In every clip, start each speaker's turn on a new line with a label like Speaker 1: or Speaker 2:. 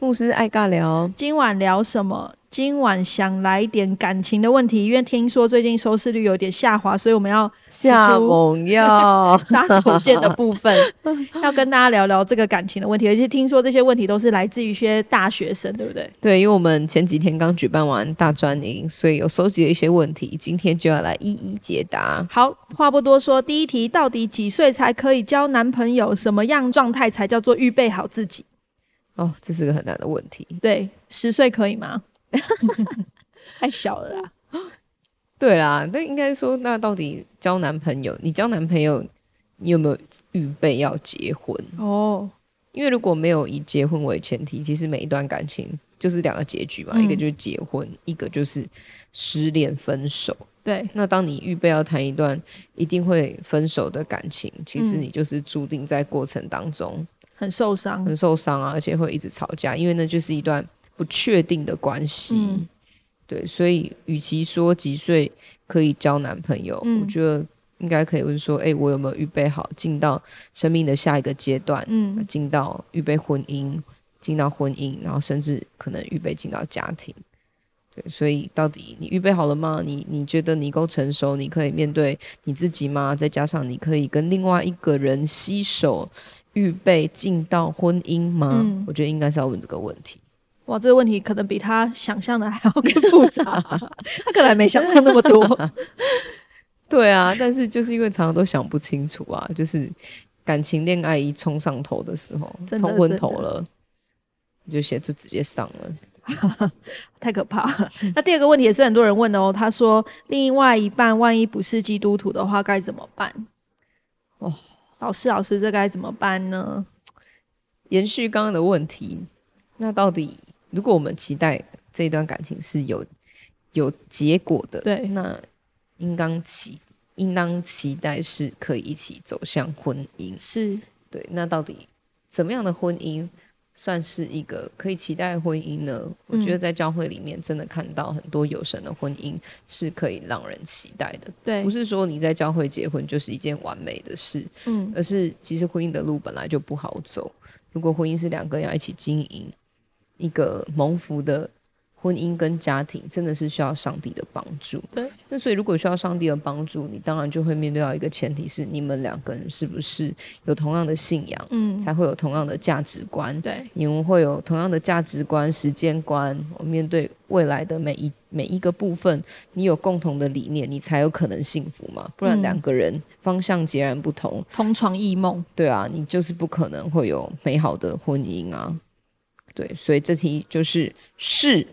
Speaker 1: 牧师爱尬聊，
Speaker 2: 今晚聊什么？今晚想来一点感情的问题，因为听说最近收视率有点下滑，所以我们要
Speaker 1: 下猛 药
Speaker 2: 杀手锏的部 分，要跟大家聊聊这个感情的问题。而且听说这些问题都是来自于一些大学生，对不对？
Speaker 1: 对，因为我们前几天刚举办完大专营，所以有收集了一些问题，今天就要来一一解答。
Speaker 2: 好，话不多说，第一题，到底几岁才可以交男朋友？什么样状态才叫做预备好自己？
Speaker 1: 哦，这是个很难的问题。
Speaker 2: 对，十岁可以吗？ 太小了啦。
Speaker 1: 对啦，那应该说，那到底交男朋友？你交男朋友，你有没有预备要结婚？
Speaker 2: 哦，
Speaker 1: 因为如果没有以结婚为前提，其实每一段感情就是两个结局嘛，
Speaker 2: 嗯
Speaker 1: 一个就是结婚，一个就是失恋分手。
Speaker 2: 对，
Speaker 1: 那当你预备要谈一段一定会分手的感情，其实
Speaker 2: 嗯
Speaker 1: 你就是注定在过程当中
Speaker 2: 很受伤。
Speaker 1: 很受伤啊，而且会一直吵架，因为那就是一段不确定的关系。
Speaker 2: 嗯
Speaker 1: 对，所以与其说几岁可以交男朋友，
Speaker 2: 嗯
Speaker 1: 我觉得应该可以问说，哎、我有没有预备好进到生命的下一个阶段？
Speaker 2: 嗯，
Speaker 1: 进到预备婚姻，进到婚姻，然后甚至可能预备进到家庭。对，所以到底你预备好了吗？你你觉得你够成熟，你可以面对你自己吗？再加上你可以跟另外一个人携手，预备进到婚姻吗？
Speaker 2: 嗯
Speaker 1: 我觉得应该是要问这个问题。
Speaker 2: 哇，这个问题可能比他想象的还要更复杂， 他可能还没想象那么多。
Speaker 1: 对啊，但是就是因为常常都想不清楚啊，就是感情恋爱一冲上头的时候，
Speaker 2: 真的
Speaker 1: 冲昏
Speaker 2: 真的
Speaker 1: 头了，你就写就直接上了。
Speaker 2: 太可怕了。那第二个问题也是很多人问的哦，他说另外一半万一不是基督徒的话该怎么办？
Speaker 1: 哦
Speaker 2: 哦，老师老师，这该怎么办呢？
Speaker 1: 延续刚刚的问题，那到底如果我们期待这一段感情是有有结果的，
Speaker 2: 对
Speaker 1: 那应当期应当期待是可以一起走向婚姻。
Speaker 2: 是
Speaker 1: 对，那到底怎么样的婚姻算是一个可以期待的婚姻呢？我觉得在教会里面真的看到很多有神的婚姻是可以让人期待的，
Speaker 2: 对
Speaker 1: 不，是说你在教会结婚就是一件完美的事，
Speaker 2: 嗯，
Speaker 1: 而是其实婚姻的路本来就不好走。如果婚姻是两个人要一起经营，一个蒙福的婚姻跟家庭，真的是需要上帝的帮助。
Speaker 2: 对，
Speaker 1: 那所以如果需要上帝的帮助，你当然就会面对到一个前提是，你们两个人是不是有同样的信仰，
Speaker 2: 嗯，
Speaker 1: 才会有同样的价值观。
Speaker 2: 对，
Speaker 1: 你们会有同样的价值观、时间观，我面对未来的每一每一个部分，你有共同的理念，你才有可能幸福嘛。不然
Speaker 2: 嗯
Speaker 1: 两个人方向截然不同，
Speaker 2: 同床异梦，
Speaker 1: 对啊，你就是不可能会有美好的婚姻啊。对，所以这题就是是，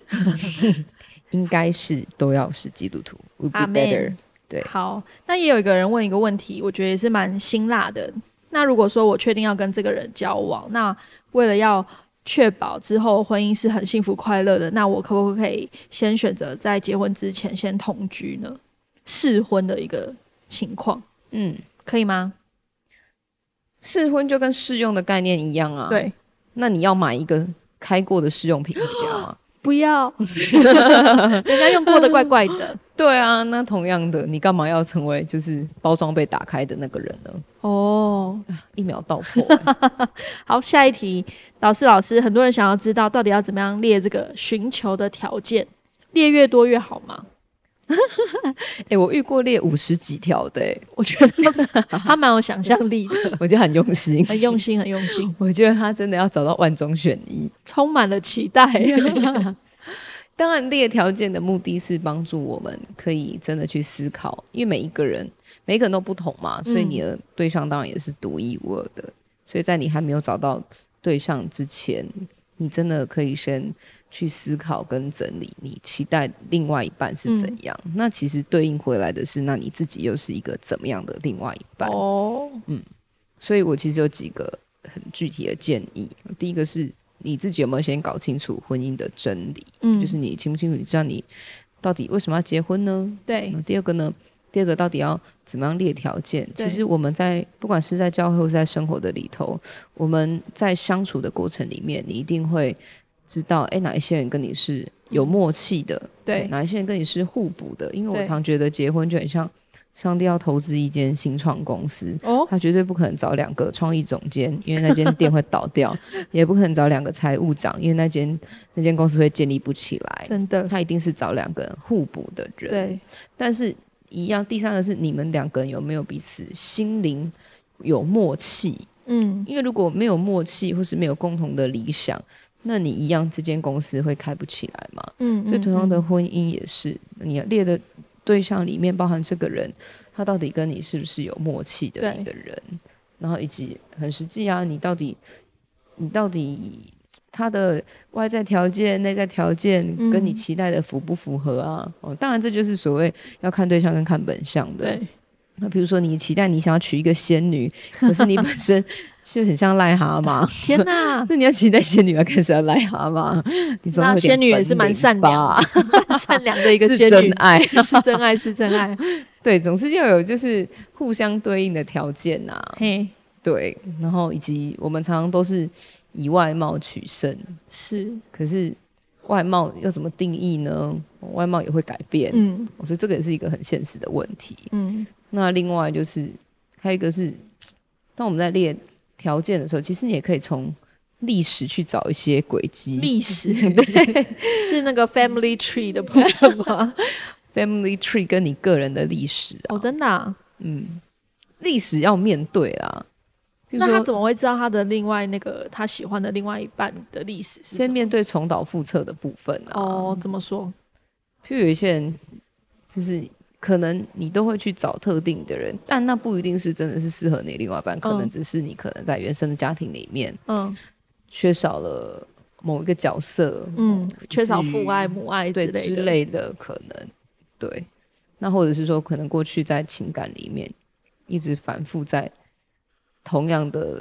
Speaker 1: 应该是都要是基督徒，would be
Speaker 2: Amen
Speaker 1: better。对
Speaker 2: 好，那也有一个人问一个问题，我觉得也是蛮辛辣的。那如果说我确定要跟这个人交往，那为了要确保之后婚姻是很幸福快乐的，那我可不可以先选择在结婚之前先同居呢？试婚的一个情况，
Speaker 1: 嗯，
Speaker 2: 可以吗？
Speaker 1: 试婚就跟试用的概念一样啊。，
Speaker 2: 对，
Speaker 1: 那你要买一个开过的试用品啊回家 吗？
Speaker 2: 不要，人家用过的怪怪的。
Speaker 1: 对啊，那同样的，你干嘛要成为就是包装被打开的那个人呢？
Speaker 2: 哦，
Speaker 1: 一秒道破、
Speaker 2: 好，下一题，老师老师，很多人想要知道到底要怎么样列这个寻求的条件，列越多越好吗？
Speaker 1: 哎、我遇过列五十几条的、欸，
Speaker 2: 我觉得他蛮有想象力的，
Speaker 1: 我觉得很用心，
Speaker 2: 很用心，很用心，
Speaker 1: 我觉得他真的要找到万中选一。
Speaker 2: 充满了期 待。
Speaker 1: 当然，列条件的目的是帮助我们可以真的去思考，因为每一个人每一个人都不同嘛，所以你的对象当然也是独一无二的。所以在你还没有找到对象之前，你真的可以先去思考跟整理你期待另外一半是怎样。那其实对应回来的是，那你自己又是一个怎么样的另外一半？
Speaker 2: 哦，
Speaker 1: 所以我其实有几个很具体的建议。第一个是你自己有没有先搞清楚婚姻的真理。
Speaker 2: 嗯，
Speaker 1: 就是你清不清楚，你知道你到底为什么要结婚呢？
Speaker 2: 对
Speaker 1: 那，第二个呢？第二个到底要怎么样列条件？
Speaker 2: 对
Speaker 1: 其实我们在不管是在教会或在生活的里头，我们在相处的过程里面，你一定会知道，哎，哪一些人跟你是有默契的，
Speaker 2: 嗯对
Speaker 1: 嗯哪一些人跟你是互补的。因为我
Speaker 2: 对
Speaker 1: 常觉得结婚就很像上帝要投资一间新创公司，
Speaker 2: 哦，
Speaker 1: 他绝对不可能找两个创意总监，因为那间店会倒 掉；也不可能找两个财务长，因为那间那间公司会建立不起来。
Speaker 2: 真的，
Speaker 1: 他一定是找两个人互补的人。，
Speaker 2: 对，
Speaker 1: 但是一样，第三个是你们两个人有没有彼此心灵有默契？
Speaker 2: 嗯，
Speaker 1: 因为如果没有默契，或是没有共同的理想，那你一样这间公司会开不起来嘛？
Speaker 2: 嗯，
Speaker 1: 所以同样的
Speaker 2: 嗯，
Speaker 1: 婚姻也是，你列的对象里面包含这个人，他到底跟你是不是有默契的
Speaker 2: 对
Speaker 1: 一个人，然后以及很实际啊，你到底你到底他的外在条件、内在条件
Speaker 2: 嗯
Speaker 1: 跟你期待的符不符合啊？哦，当然这就是所谓要看对象跟看本相的。
Speaker 2: 嗯对，
Speaker 1: 那比如说你期待你想要娶一个仙女，可是你本身 就很像癞蛤蟆，，
Speaker 2: 天哪
Speaker 1: 那你要期待仙女要看起来癞蛤蟆， 你总要
Speaker 2: 那
Speaker 1: 有点
Speaker 2: 仙女也是
Speaker 1: 本
Speaker 2: 蛮
Speaker 1: 领
Speaker 2: 善
Speaker 1: 吧
Speaker 2: 良的善良的一 个
Speaker 1: 是
Speaker 2: 仙
Speaker 1: 真
Speaker 2: 女，
Speaker 1: 爱。
Speaker 2: 是真爱，是真 爱，
Speaker 1: 对，总是要有就是互相对应的条件呐、
Speaker 2: 嘿，
Speaker 1: 对，然后以及我们常常都是以外貌取胜，
Speaker 2: 是，
Speaker 1: 可是外貌要怎么定义呢？外貌也会改变，
Speaker 2: 嗯
Speaker 1: 所以这个也是一个很现实的问题。
Speaker 2: 嗯，
Speaker 1: 那另外就是还有一个是，当我们在列条件的时候，其实你也可以从历史去找一些轨迹
Speaker 2: 历史，对， 是那个 family tree 的部分吗？
Speaker 1: ，family tree 跟你个人的历史啊，
Speaker 2: 哦，真的啊，
Speaker 1: 嗯，历史要面对啦。比如
Speaker 2: 那
Speaker 1: 说
Speaker 2: 他怎么会知道他的另外那个他喜欢的另外一半的历史是什
Speaker 1: 先
Speaker 2: 么？
Speaker 1: 面对重蹈覆辙的部分啊。
Speaker 2: 哦，怎么说？
Speaker 1: 譬如有一些人，就是可能你都会去找特定的人，但那不一定是真的是适合你的另外一半，可能只是你可能在原生的家庭里面
Speaker 2: 嗯
Speaker 1: 缺少了某一个角色，
Speaker 2: 嗯，缺少
Speaker 1: 至于
Speaker 2: 父爱、母爱之
Speaker 1: 对
Speaker 2: 类的。
Speaker 1: 之类的可能，对。那或者是说，可能过去在情感里面一直反复在同样的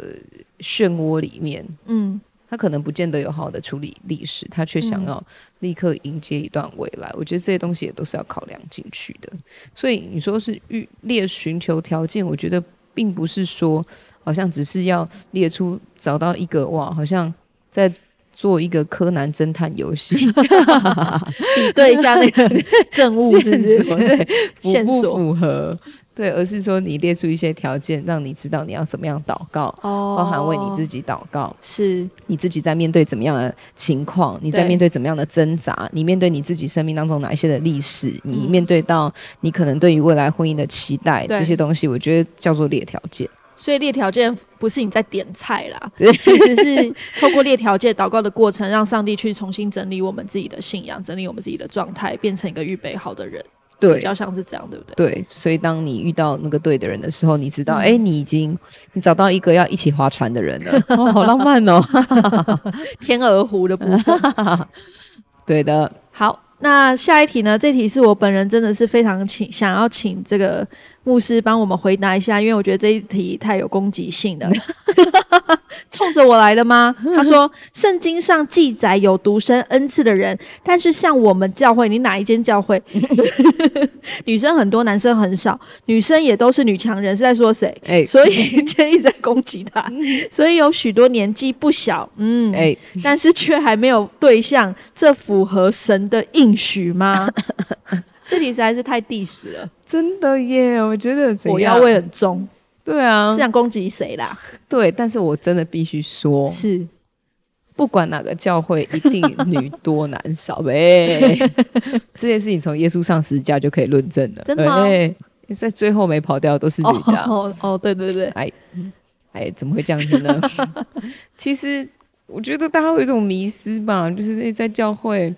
Speaker 1: 漩涡里面，
Speaker 2: 嗯
Speaker 1: 他可能不见得有好好的处理历史，他却想
Speaker 2: 嗯
Speaker 1: 要立刻迎接一段未来。我觉得这些东西也都是要考量进去的。所以你说是欲列寻求条件，我觉得并不是说好像只是要列出找到一个哇，好像在做一个柯南侦探游 戏，
Speaker 2: 比 对一下那个证物 是不
Speaker 1: 线索
Speaker 2: 是？
Speaker 1: 对，
Speaker 2: 线
Speaker 1: 符
Speaker 2: 索
Speaker 1: 不符合？对，而是说你列出一些条件，让你知道你要怎么样祷告，
Speaker 2: 哦
Speaker 1: 包含为你自己祷告。
Speaker 2: 是
Speaker 1: 你自己在面对怎么样的情况，你在
Speaker 2: 对
Speaker 1: 面对怎么样的挣扎，你面对你自己生命当中哪一些的历史，你
Speaker 2: 嗯
Speaker 1: 面对到你可能对于未来婚姻的期待，
Speaker 2: 对
Speaker 1: 这些东西，我觉得叫做列条件。
Speaker 2: 所以列条件不是你在点菜啦，
Speaker 1: 对
Speaker 2: 其实是透过列条件祷告的过程，让上帝去重新整理我们自己的信仰，整理我们自己的状态，变成一个预备好的人，比
Speaker 1: 对
Speaker 2: 较像是这样，对不对？
Speaker 1: 对，所以当你遇到那个对的人的时候，你知道，
Speaker 2: 嗯
Speaker 1: 哎、你已经你找到一个要一起划船的人了，哦， 好浪漫哦。
Speaker 2: 天鹅湖的部分。
Speaker 1: 对的，
Speaker 2: 好，那下一题呢？这题是我本人真的是非常请想要请这个牧师帮我们回答一下，因为我觉得这一题太有攻击性了。冲着我来了吗？他说：“圣经上记载有独身恩赐的人，但是像我们教会，你哪一间教会？女生很多，男生很少，女生也都是女强人，是在说谁？
Speaker 1: 哎、
Speaker 2: 所以这一直在攻击他，所以有许多年纪不小，嗯，
Speaker 1: 哎、
Speaker 2: 但是却还没有对象，这符合神的应 许吗？这题实在是太 diss 了，
Speaker 1: 真的耶，我觉得怎
Speaker 2: 火
Speaker 1: 样
Speaker 2: 药味很重，
Speaker 1: 对啊
Speaker 2: 是，想攻击谁啦？
Speaker 1: 对，但是我真的必须说，
Speaker 2: 是
Speaker 1: 不管哪个教会，一定女多男少 呗。这件事情从耶稣上十字架就可以论证了。
Speaker 2: 真的吗
Speaker 1: 哎在最后没跑掉都是
Speaker 2: 哦
Speaker 1: 女的 啊、
Speaker 2: 哦哦，对对对，
Speaker 1: 哎，怎么会这样子 呢？其实我觉得大家会有一种迷失吧，就是哎在教会，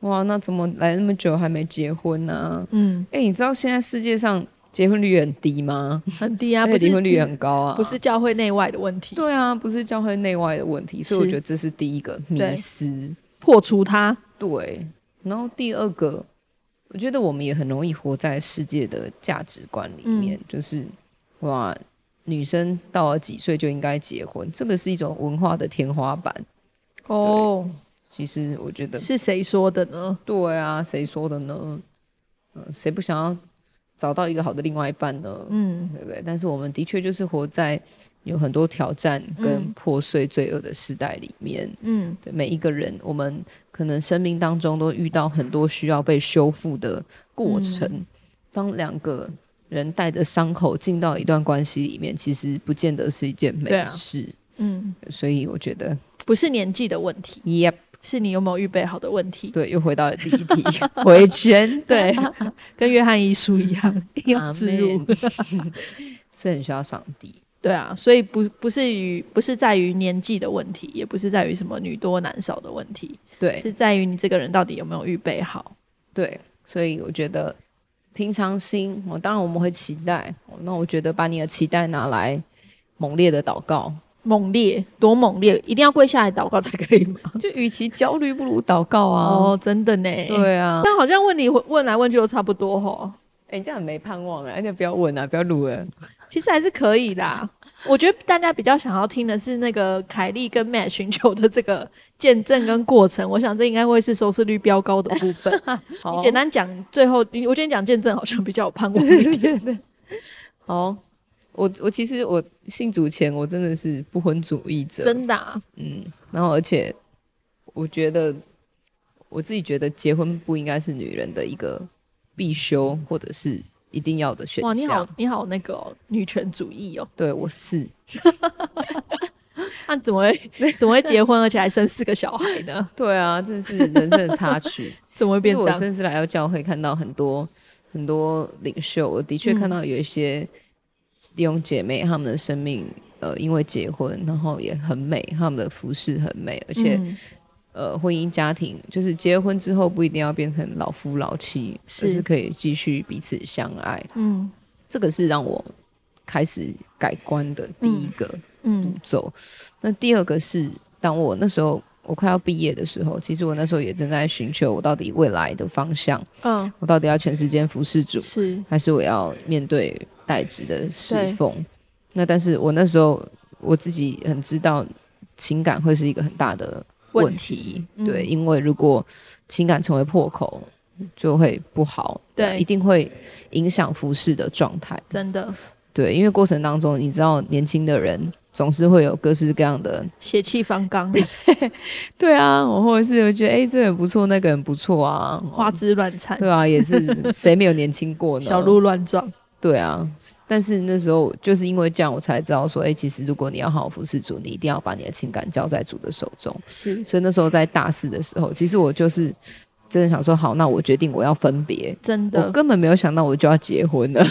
Speaker 1: 哇，那怎么来那么久还没结婚呢、
Speaker 2: 嗯，
Speaker 1: 哎，你知道现在世界上结婚率很低吗？
Speaker 2: 很低啊，
Speaker 1: 而
Speaker 2: 不
Speaker 1: 且
Speaker 2: 是
Speaker 1: 离婚率也很高啊。
Speaker 2: 不是教会内外的问题，
Speaker 1: 对啊，不是教会内外的问题，所以我
Speaker 2: 是
Speaker 1: 觉得这是第一个迷
Speaker 2: 对
Speaker 1: 失。
Speaker 2: 破除它，
Speaker 1: 对，然后第二个，我觉得我们也很容易活在世界的价值观里面，
Speaker 2: 嗯
Speaker 1: 就是哇，女生到了几岁就应该结婚，这个是一种文化的天花板。
Speaker 2: 哦，
Speaker 1: 其实我觉得，
Speaker 2: 是谁说的呢？
Speaker 1: 对啊，谁说的呢？嗯、谁不想要找到一个好的另外一半呢？
Speaker 2: 嗯，
Speaker 1: 对不对？但是我们的确就是活在有很多挑战跟
Speaker 2: 嗯
Speaker 1: 破碎罪恶的时代里面。
Speaker 2: 嗯，
Speaker 1: 对每一个人，我们可能生
Speaker 2: 嗯
Speaker 1: 命当中都遇到很多需要被修复的过程。当两个人带着伤口进到一段关系里面，其实不见得是一件美
Speaker 2: 对啊
Speaker 1: 事。
Speaker 2: 嗯，
Speaker 1: 所以我觉得
Speaker 2: 不是年纪的问题，
Speaker 1: ，Yep，
Speaker 2: 是你有没有预备好的问题。
Speaker 1: 对，又回到了第一 题，回圈，
Speaker 2: 对，跟约翰一书一样，
Speaker 1: 嗯
Speaker 2: 要自入。
Speaker 1: Amen 是很需要上帝。
Speaker 2: 对啊，所以不不是于不是在于年纪的问题，也不是在于什么女多男少的问题，
Speaker 1: 对
Speaker 2: 是在于你这个人到底有没有预备好。
Speaker 1: 对，所以我觉得平常心，我当然我们会期待，哦那我觉得把你的期待拿来猛烈的祷告，
Speaker 2: 猛烈，多猛烈，一定要跪下来祷告才可以吗？
Speaker 1: 就与其焦虑，不如祷告啊。
Speaker 2: 哦，真的呢。，
Speaker 1: 对啊，
Speaker 2: 但好像问你问来问去都差不多吼，
Speaker 1: 哎、你这样很没盼望哎、而且不要问啊，不要录了。
Speaker 2: 其实还是可以啦。我觉得大家比较想要听的是那个凯莉跟 Matt 寻求的这个见证跟过程，我想这应该会是收视率飙高的部 分。
Speaker 1: 好
Speaker 2: 你简单讲，最后你我今天讲见证好像比较有盼望一 点。
Speaker 1: 好，我我其实我信主前，我真的是不婚主义者，
Speaker 2: 真的、啊，
Speaker 1: 嗯，然后而且我觉得我自己觉得结婚不应该是女人的一个必修或者是一定要的选项。
Speaker 2: 嗯哇，你好，你好，那个哦、女权主义哦，
Speaker 1: 对我是
Speaker 2: 那、怎么 会怎么会结婚，而且还生四个小孩呢？
Speaker 1: 对啊，这是人生的插曲。
Speaker 2: 怎么会变
Speaker 1: 就
Speaker 2: 这
Speaker 1: 我
Speaker 2: 样？嗯
Speaker 1: 甚至来到教会，看到很多很多领袖，我的确
Speaker 2: 嗯
Speaker 1: 看到有一些弟兄姐妹他们的生命，呃，因为结婚，然后也很美，他们的服饰很美，而且、
Speaker 2: 嗯
Speaker 1: 呃，婚姻家庭就是结婚之后不一定要变成老夫老妻，
Speaker 2: 是
Speaker 1: 而是可以继续彼此相爱。
Speaker 2: 嗯
Speaker 1: 这个是让我开始改观的第一个
Speaker 2: 嗯
Speaker 1: 走。那第二个是，当我那时候我快要毕业的时候，其实我那时候也正在寻求我到底未来的方向，
Speaker 2: 嗯，
Speaker 1: 我到底要全时间服侍主，
Speaker 2: 是
Speaker 1: 还是我要面对代职的侍奉？那但是我那时候我自己很知道，情感会是一个很大的问题，啊
Speaker 2: 问题
Speaker 1: 对，
Speaker 2: 嗯
Speaker 1: 因为如果情感成为破口，就会不好，
Speaker 2: 对
Speaker 1: 一定会影响服侍的状态，
Speaker 2: 真的
Speaker 1: 对，因为过程当中，你知道年轻的人总是会有各式各样的，
Speaker 2: 血气方刚，
Speaker 1: 对啊，我或者是我觉得哎、这个人不错，那个人不错啊，
Speaker 2: 花枝乱颤，
Speaker 1: 对啊，也是谁没有年轻过 呢？
Speaker 2: 小鹿乱撞。
Speaker 1: 对啊，但是那时候就是因为这样，我才知道说，哎、其实如果你要好好服侍主，你一定要把你的情感交在主的手中。
Speaker 2: 是
Speaker 1: 所以那时候在大四的时候，其实我就是真的想说，好，那我决定我要分别。
Speaker 2: 真
Speaker 1: 我
Speaker 2: 的，哦
Speaker 1: 根本没有想到我就要结婚了，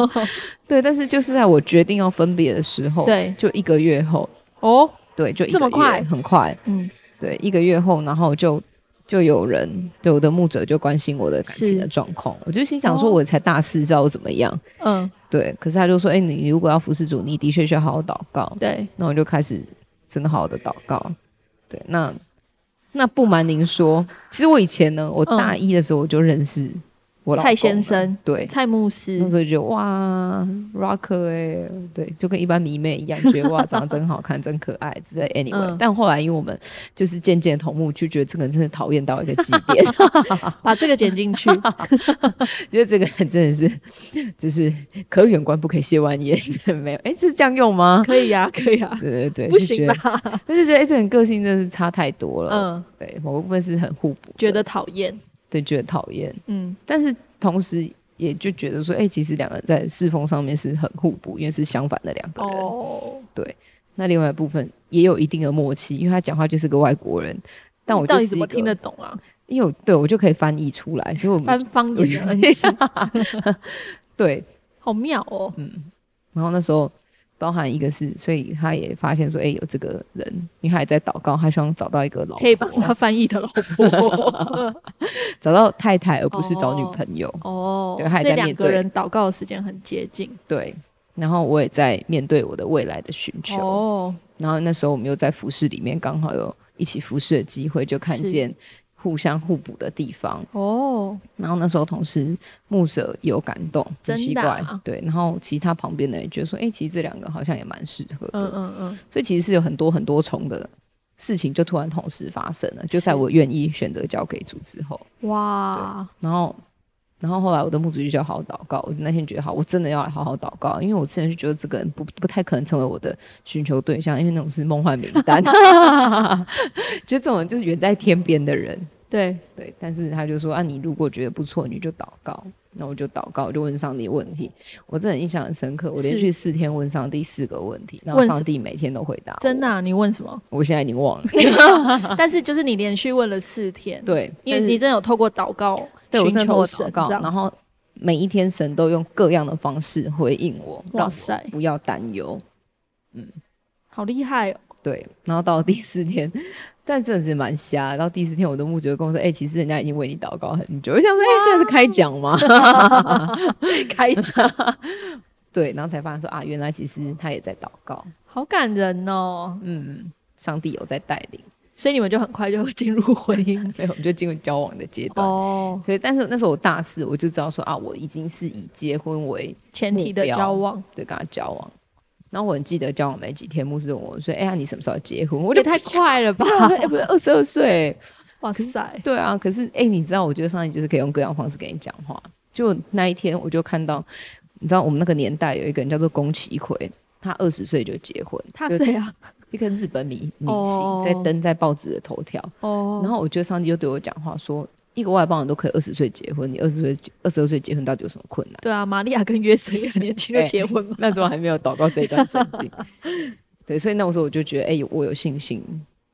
Speaker 1: 对。但是就是在我决定要分别的时候，，
Speaker 2: 对
Speaker 1: 就一个月后，
Speaker 2: 哦，
Speaker 1: 对，就一个
Speaker 2: 这么
Speaker 1: 月
Speaker 2: 快
Speaker 1: 很快，
Speaker 2: 嗯，
Speaker 1: 对，一个月后，然后就就有人对我的牧者就关心我的感情
Speaker 2: 是
Speaker 1: 的状况，我就心想说，
Speaker 2: 哦
Speaker 1: 我才大四，知道我怎么样。
Speaker 2: 嗯，
Speaker 1: 对，可是他就说：“哎、你如果要服侍主，你的确需要好好祷告。
Speaker 2: 对，”
Speaker 1: 那我就开始真的好好的祷告。对，那那不瞒您说，其实我以前呢，我
Speaker 2: 嗯
Speaker 1: 大一的时候我就认识我老
Speaker 2: 蔡
Speaker 1: 公
Speaker 2: 先
Speaker 1: 了，
Speaker 2: 生，
Speaker 1: 对。
Speaker 2: 蔡牧
Speaker 1: 那
Speaker 2: 师，
Speaker 1: 时候就觉得哇，rocker 哎、对，就跟一般迷妹一样，觉得哇长得真好看，真可爱之 类。Anyway，、
Speaker 2: 嗯
Speaker 1: 但后来因为我们就是渐渐同目，就觉得这个人真的讨厌到一个极点，
Speaker 2: 把这个剪 进去，
Speaker 1: 觉得这个人真的是就是可远观不可亵玩焉，真的没有哎、是这样用吗？
Speaker 2: 可以呀，可以啊 呀，
Speaker 1: 对对对，
Speaker 2: 不
Speaker 1: 就
Speaker 2: 行
Speaker 1: 觉得，
Speaker 2: 吧？
Speaker 1: 但是觉得哎、这人个性真的是差太多了。
Speaker 2: 嗯，
Speaker 1: 对，某个部分是很互补的，
Speaker 2: 觉得讨厌，
Speaker 1: 对，觉得讨厌，
Speaker 2: 嗯，
Speaker 1: 但是同时也就觉得说，哎、其实两个人在侍奉上面是很互补，因为是相反的两个人。
Speaker 2: 哦，
Speaker 1: 那另外一部分也有一定的默契，因为他讲话就是个外国人，但我
Speaker 2: 到
Speaker 1: 就
Speaker 2: 底
Speaker 1: 是
Speaker 2: 怎
Speaker 1: 一
Speaker 2: 么
Speaker 1: 个
Speaker 2: 听得懂啊？
Speaker 1: 因为我对我就可以翻译出来，所以我们
Speaker 2: 翻方
Speaker 1: 我觉
Speaker 2: 言的
Speaker 1: 得
Speaker 2: 恩赐，
Speaker 1: 对。
Speaker 2: 好妙哦，
Speaker 1: 然后那时候包含一个是，所以他也发现说，哎、有这个人，因为他也在祷告，他希望找到一个老婆，
Speaker 2: 可以帮他翻 译的老婆
Speaker 1: 找到太太，而不是找女
Speaker 2: 哦
Speaker 1: 朋友。
Speaker 2: 哦，
Speaker 1: 对他也
Speaker 2: 所以
Speaker 1: 在
Speaker 2: 两
Speaker 1: 面
Speaker 2: 个
Speaker 1: 对
Speaker 2: 人祷告的时间很接近
Speaker 1: 对，然后我也在面对我的未来的寻求。
Speaker 2: 哦，
Speaker 1: 然后那时候我们又在服饰里面刚好有一起服饰的机会，就看
Speaker 2: 是
Speaker 1: 见互相互补的地方。
Speaker 2: 哦，
Speaker 1: 然后那时候同时牧者有感动，
Speaker 2: 真
Speaker 1: 很奇
Speaker 2: 的
Speaker 1: 怪，
Speaker 2: 啊
Speaker 1: 对。然后其他旁边的人觉得说，哎、其实这两个好像也蛮适合的，
Speaker 2: 嗯嗯嗯，
Speaker 1: 所以其实是有很多很多重的。事情就突然同时发生了，就在
Speaker 2: 是
Speaker 1: 我愿意选择交给主之后，
Speaker 2: 哇，
Speaker 1: 然后，然后后来我的牧主就叫好好祷告。我那天觉得好，我真的要来好好祷告，因为我之前是觉得这个人不不太可能成为我的寻求 对象，因为那种是梦幻名单，觉得这种人就是远在天边的人。
Speaker 2: 对，
Speaker 1: 对，但是他就说啊，你如果觉得不错，你就祷告。那我就祷告，我就问上帝问题。我真的印象很深刻，我连
Speaker 2: 是
Speaker 1: 续四天问上帝四个问题，然后
Speaker 2: 问什
Speaker 1: 上帝每天都回答我。
Speaker 2: 真的啊、你问什 么？
Speaker 1: 我现在已经忘了。
Speaker 2: 但是就是你连续问了四天，，
Speaker 1: 对，
Speaker 2: 因为
Speaker 1: 但是
Speaker 2: 你真的有透过祷告
Speaker 1: 对我
Speaker 2: 寻
Speaker 1: 真的透
Speaker 2: 求
Speaker 1: 过
Speaker 2: 神
Speaker 1: 祷，告，
Speaker 2: 这样
Speaker 1: 然后每一天神都用各样的方式回应我，让
Speaker 2: 哇
Speaker 1: 我
Speaker 2: 塞，
Speaker 1: 不要担忧。
Speaker 2: 好厉害哦！
Speaker 1: 对，然后到第四天， 但真的是蛮瞎的。到第四天，我的牧者跟我说：“哎、其实人家已经为你祷告很久。”我想说：“哎、现在是开讲吗？”
Speaker 2: 开场，
Speaker 1: 对，然后才发现说啊，原来其实他也在祷告，
Speaker 2: 好感人哦！
Speaker 1: 嗯，上帝有在带领，
Speaker 2: 所以你们就很快就进入婚 姻
Speaker 1: 没有，我们就进入交往的阶段。
Speaker 2: 哦，
Speaker 1: 所以，但是那时候我大四，我就知道说啊，我已经是以结婚为
Speaker 2: 前提
Speaker 1: 目
Speaker 2: 的
Speaker 1: 标
Speaker 2: 交往，
Speaker 1: 对跟他交往。然后我很记得交往没几天，牧师问我说：“哎、呀，你什么时候结婚？”我
Speaker 2: 我
Speaker 1: 就
Speaker 2: 也太快了吧！
Speaker 1: 哎、 不是二十二岁，
Speaker 2: 哇塞，
Speaker 1: 对啊。可是哎、你知道，我觉得上帝就是可以用各样方式跟你讲话。就那一天，我就看到，你知道我们那个年代有一个人叫做宫崎葵，他二十岁就结婚，
Speaker 2: 他
Speaker 1: 就是
Speaker 2: 谁啊？
Speaker 1: 一个日本明明
Speaker 2: 哦
Speaker 1: 星，在登在报纸的头条。
Speaker 2: 哦，
Speaker 1: 然后我觉得上帝就对我讲话说：“一个外邦人都可以二十岁结婚，你二十岁二十二岁结婚到底有什么困难？”
Speaker 2: 对啊，玛利亚跟约瑟也很年
Speaker 1: ，
Speaker 2: 轻就结婚嘛
Speaker 1: 那时候还没有祷告这一段圣经。对，所以那时候我就觉得，哎、有我有信心，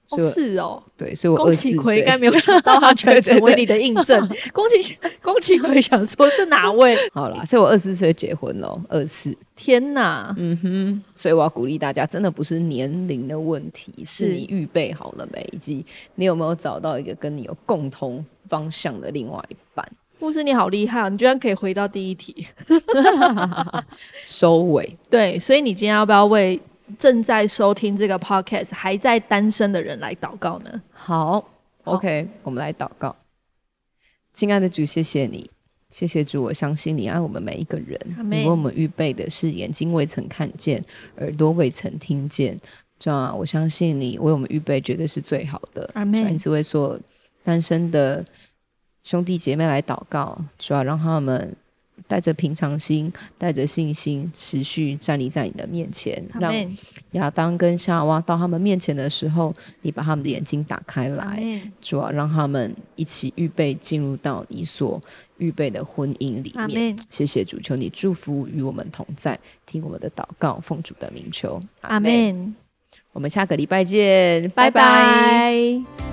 Speaker 1: 所
Speaker 2: 哦
Speaker 1: 以我、
Speaker 2: 是哦。
Speaker 1: 对，所以我
Speaker 2: 宫
Speaker 1: 二
Speaker 2: 崎
Speaker 1: 十
Speaker 2: 葵应该
Speaker 1: 岁，
Speaker 2: 没有想到他
Speaker 1: 对
Speaker 2: 全
Speaker 1: 对
Speaker 2: 成为
Speaker 1: 对
Speaker 2: 你的印证。宫崎宫崎葵想说这哪位？
Speaker 1: 好啦，所以我二十岁结婚咯，二四，
Speaker 2: 天哪！
Speaker 1: 嗯哼，所以我要鼓励大家，真的不是年龄的问题，是
Speaker 2: 是
Speaker 1: 你预备好了没，以及你有没有找到一个跟你有共同方向的另外一半。
Speaker 2: 牧师你好厉害、哦，你居然可以回到第一题。
Speaker 1: 收尾，
Speaker 2: 对，所以你今天要不要为正在收听这个 podcast 还在单身的人来祷告呢？
Speaker 1: 好 o k 我们来祷告。亲爱的主，谢谢你，谢谢主，我相信你爱我们每一个人。
Speaker 2: Amen
Speaker 1: 你为我们预备的是眼睛未曾看见，耳朵未曾听见。主啊，我相信你为我们预备绝对是最好的。
Speaker 2: Amen
Speaker 1: 主啊你只为所有单身的兄弟姐妹来祷告，主啊要让他们带着平常心，带着信心，持续站立在你的面前，
Speaker 2: 阿
Speaker 1: 让
Speaker 2: 门，
Speaker 1: 亚当跟夏娃到他们面前的时候，你把他们的眼睛打开
Speaker 2: 阿
Speaker 1: 来，
Speaker 2: 门，
Speaker 1: 主要让他们一起预备进入到你所预备的婚姻里
Speaker 2: 阿
Speaker 1: 面。
Speaker 2: 门，
Speaker 1: 谢谢主，求你祝福与我们同在，听我们的祷告，奉主的名求，
Speaker 2: 阿。门，
Speaker 1: 我们下个礼拜见，拜
Speaker 2: 拜
Speaker 1: 拜
Speaker 2: 拜